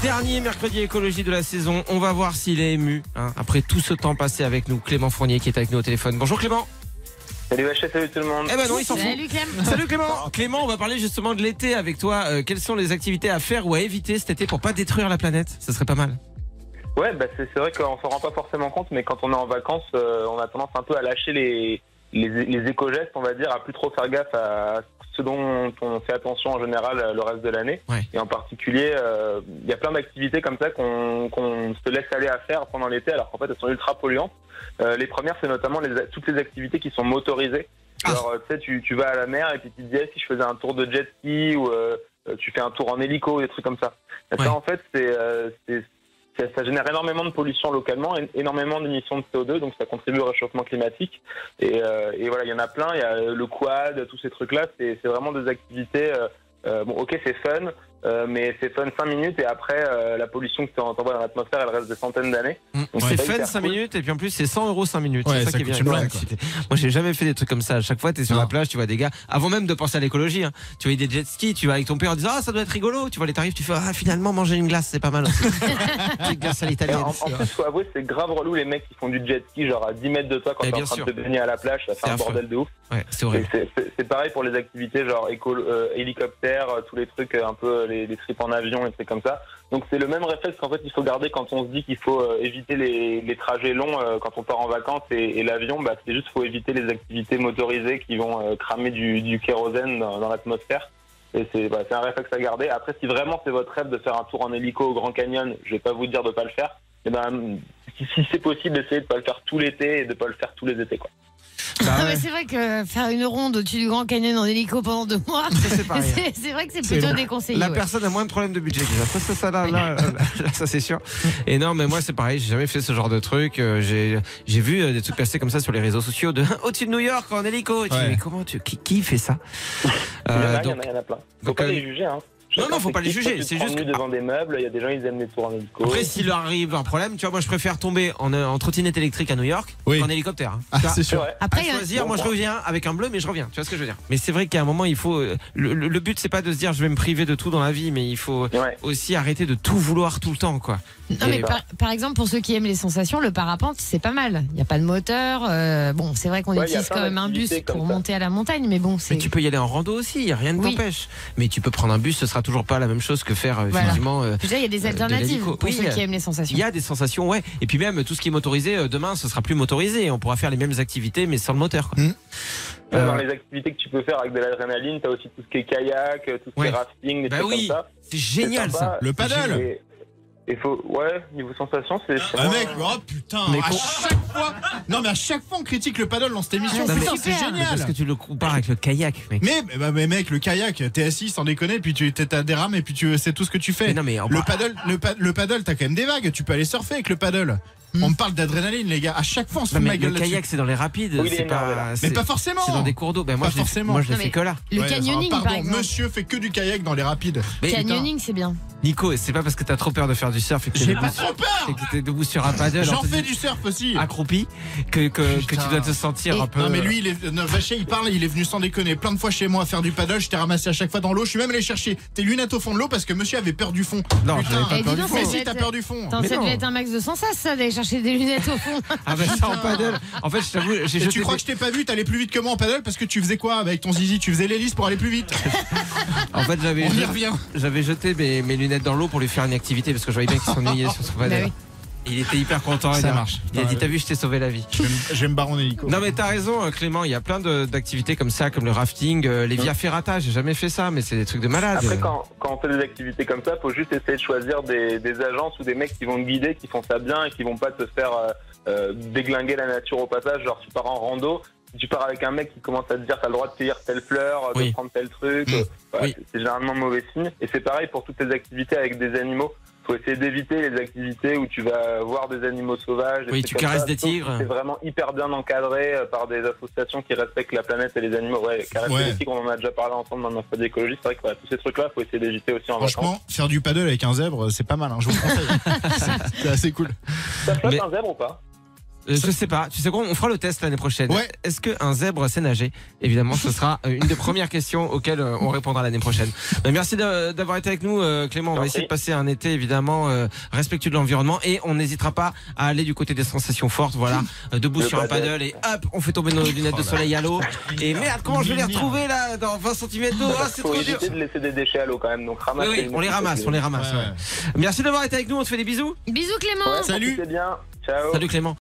Dernier mercredi écologie de la saison. On va voir s'il est ému hein, après tout ce temps passé avec nous. Clément Fournier qui est avec nous au téléphone. Bonjour Clément. Salut Vachet, salut tout le monde. Eh ben non, il s'en fout. Salut Clem. Salut Clément. Clément, on va parler justement de l'été avec toi. Euh, quelles sont les activités à faire ou à éviter cet été pour pas détruire la planète Ça serait pas mal. Ouais, bah c'est c'est vrai qu'on s'en rend pas forcément compte, mais quand on est en vacances, euh, on a tendance un peu à lâcher les, les, les éco-gestes, on va dire, à plus trop faire gaffe à ce dont on fait attention en général euh, le reste de l'année. Ouais. Et en particulier, euh, il y a plein d'activités comme ça qu'on qu'on se laisse aller à faire pendant l'été, alors qu'en fait elles sont ultra polluantes. Euh, les premières, c'est notamment les, toutes les activités qui sont motorisées. Ah. Alors, euh, tu sais, tu- tu vas à la mer et puis tu te dis, Eh, si je faisais un tour de jet ski ou euh, tu fais un tour en hélico, des trucs comme ça. Et Ouais. Ça, en fait, c'est euh, c'est- ça, ça génère énormément de pollution localement, é- énormément d'émissions de CO2, donc ça contribue au réchauffement climatique. Et, euh, et voilà, il y en a plein, il y a euh, le quad, tous ces trucs-là, c'est c'est vraiment des activités, euh, euh, bon ok c'est fun, euh, mais c'est fun 5 minutes et après euh, la pollution que tu envoies dans l'atmosphère, elle reste des centaines d'années. Donc, C'est c'est fun hyper 5 cool. minutes et puis en plus c'est 100 euros 5 minutes. Ouais, c'est ça, ça qui est bien. coûte une blague, avec l'activité. Moi j'ai jamais fait des trucs comme ça. À chaque fois t'es sur Non. la plage, tu vois des gars. Avant même de penser à l'écologie, hein, tu vois des jet skis, tu vas avec ton père en disant ah ça doit être rigolo. Tu vois les tarifs, tu fais ah finalement manger une glace c'est pas mal. Aussi. Petite glace à Et l'italienne. en, en plus, faut avouer, c'est grave relou les mecs qui font du jet ski, genre à 10 mètres de toi quand Eh, t'es en bien train sûr. de te baigner à la plage, ça fait C'est un affreux. bordel de ouf. Ouais, c'est Et horrible. C'est c'est- c'est pareil pour les activités genre éco, euh, hélicoptère, euh, tous les trucs, euh, un peu euh, les, les trips en avion, et trucs comme ça. Donc c'est le même réflexe qu'en fait il faut garder quand on se dit qu'il faut euh, éviter les, les trajets longs euh, quand on part en vacances et, et l'avion, bah, c'est juste faut éviter les activités motorisées qui vont euh, cramer du, du kérosène dans, dans l'atmosphère. Et c'est bah, c'est un réflexe à garder. Après, si vraiment c'est votre rêve de faire un tour en hélico au Grand Canyon, je vais pas vous dire de pas le faire. Et ben, si, si c'est possible, essayez de pas le faire tout l'été et de pas le faire tous les étés. Quoi. Bah Non, ouais. mais c'est vrai que faire une ronde au-dessus du Grand Canyon en hélico pendant deux mois, c'est pas rien. c'est c'est vrai que c'est C'est plutôt long. déconseillé. La ouais. personne a moins de problèmes de budget déjà. Ça, ça, ça, là, là, là, là, ça c'est sûr. Et non, mais moi c'est pareil, j'ai jamais fait ce genre de truc. Euh, J'ai, j'ai vu euh, des trucs passer comme ça sur les réseaux sociaux de au-dessus de New York en hélico. Et tu dis, Ouais. mais comment tu, qui, qui fait ça Il y en a, Euh, il y en donc, a, il y en a plein. Faut donc, pas euh, les juger, hein. Non, non, faut c'est pas les qui, juger, toi, tu te c'est prends juste nu que- devant des meubles, il y a des gens, ils aiment les tours en hélico. après, s'il leur arrive un problème, tu vois, moi je préfère tomber en, euh, en trottinette électrique à New York Oui. qu'en hélicoptère. hein. Tu Ah, vois, c'est C'est sûr. vrai. à Après, euh, il y a- choisir, moi je reviens avec un bleu, mais je reviens. Tu vois ce que je veux dire Mais c'est vrai qu'à un moment, il faut. euh, Le, le- le but, c'est pas de se dire, je vais me priver de tout dans la vie, mais il faut Ouais. aussi arrêter de tout vouloir tout le temps, quoi. non, mais Et- par, par exemple, pour ceux qui aiment les sensations, le parapente, c'est pas mal. Il n'y a pas de moteur. euh, bon, c'est vrai qu'on Ouais, il y a utilise plein quand même un bus d'activités comme pour ça. monter à la montagne, mais bon, Mais c'est. tu peux y aller en rando aussi, y a rien ne Oui. t'empêche. Mais tu peux prendre un bus, ce sera toujours pas la même chose que faire euh, Voilà. effectivement. euh, Déjà, il y a des Euh, de alternatives l'hélico. pour Oui, ceux qui euh, aiment les sensations. il y a des sensations, ouais. Et puis même tout ce qui est motorisé, euh, demain ce sera plus motorisé. On pourra faire les mêmes activités mais sans le moteur. Quoi. Mhm. Euh, Dans les activités que tu peux faire avec de l'adrénaline, t'as aussi tout ce qui est kayak, tout ce qui Ouais. est rafting, des Bah trucs oui, comme ça. c'est génial C'est ça. sympa. Le paddle Et, et faut, ouais, niveau sensation, c'est. c'est Ah moins- mec, oh putain, Mais à con- chaque fois Non mais à chaque fois on critique le paddle dans cette émission, Ah, putain c'est c'est super. Mais Parce que génial tu le compares avec le kayak, mec. mais, bah, mais mec, le kayak, t'es assis sans déconner, puis tu t'es- t'as des rames et puis tu c'est tout ce que tu fais. Mais non, mais bah. en- le paddle, le, pa- le paddle, t'as quand même des vagues, tu peux aller surfer avec le paddle. On me parle d'adrénaline les gars, à chaque fois on Hmm. se Non, fout de mais ma le gueule là-dessus. kayak c'est dans les rapides, Oui, il est c'est énervé, là. pas. Mais c'est- pas forcément C'est dans des cours d'eau. Ben, moi, Pas je l'ai fait- forcément. moi, je l'ai Non, fait mais- que là. Le Ouais, canyoning, pardon, par exemple. monsieur fait que du kayak dans les rapides. Mais Canyoning, c'est bien. Nico, c'est pas parce que t'as trop peur de faire du surf et que t'es J'ai debout pas sur- trop peur et que Ah, t'es debout sur un paddle en J'en te fais dis- du surf aussi accroupi que, que, que Putain. tu dois te sentir Et- un peu. Non mais lui il est non, Vaché il parle il est venu sans déconner plein de fois chez moi à faire du paddle je t'ai ramassé à chaque fois dans l'eau je suis même allé chercher tes lunettes au fond de l'eau parce que monsieur avait peur du fond Non, j'avais pas Putain, Eh, dis peur du donc, fond. mais ça devait si t'as être- peur du fond Attends, Mais ça non. devait être un max de sens, ça, ça, d'aller chercher des lunettes au fond. Ah bah ça en paddle. En fait, je t'avoue, j'ai Et jeté. tu crois des- que je t'ai pas vu t'allais plus vite que moi en paddle parce que tu faisais quoi avec ton zizi tu faisais l'hélice pour aller plus vite En fait, j'avais on y jeté- revient j'avais jeté mes, mes lunettes dans l'eau pour lui faire une activité parce que je voyais bien qu'il s'ennuyait sur son paddle. Bah oui. Il était hyper content. Ça il a- marche. Il a dit Ouais. T'as vu, je t'ai sauvé la vie. j'aime baron hélico Non, mais t'as raison, euh, Clément. Il y a plein de- d'activités comme ça, comme le rafting, euh, les via ferrata. J'ai jamais fait ça, mais c'est des trucs de malade. Hein Après, quand, quand on fait des activités comme ça, faut juste essayer de choisir des, des agences ou des mecs qui vont te guider, qui font ça bien et qui vont pas te faire euh, euh, déglinguer la nature au passage. Genre, tu pars en rando, si tu pars avec un mec qui commence à te dire t'as le droit de cueillir telle fleur, euh, de Oui. prendre tel truc. Mmh. euh, voilà, Oui. c'est- C'est généralement mauvais signe. Et c'est pareil pour toutes les activités avec des animaux. Faut essayer d'éviter les activités où tu vas voir des animaux sauvages. des Oui, trucs tu comme caresses ça, des sauf si Ah. tigres. C'est vraiment hyper bien encadré euh, par des associations qui respectent la planète et les animaux. Ouais, caresser Ouais. des tigres, on en a déjà parlé ensemble dans notre d'écologie. C'est vrai que voilà, tous ces trucs-là, faut essayer d'éviter aussi en vacances. franchement faire du paddle avec un zèbre c'est pas mal hein, je vous le conseille C'est- c'est assez cool Ça flotte Mais- un zèbre ou pas Euh, Je sais pas. Tu sais quoi On fera le test l'année prochaine. Ouais. Est-ce qu'un zèbre sait nager Évidemment, ce sera euh, une des premières questions auxquelles euh, on répondra l'année prochaine. Mais merci d'a- d'avoir été avec nous, euh, Clément. On va Merci. essayer de passer un été évidemment euh, respectueux de l'environnement et on n'hésitera pas à aller du côté des sensations fortes. Voilà, Euh, debout Le sur un paddle. paddle et hop, on fait tomber nos lunettes de soleil à l'eau. Et merde, comment je vais les retrouver là dans 20 cm d'eau Ah, C'est Faut trop dur. éviter de laisser des déchets à l'eau quand même, donc Oui, ramasser. oui, on les ramasse, on les ramasse. Ouais. ouais. Merci d'avoir été avec nous. On te fait des bisous. Bisous Clément Ouais, Salut. C'est bien. Ciao. Salut Clément.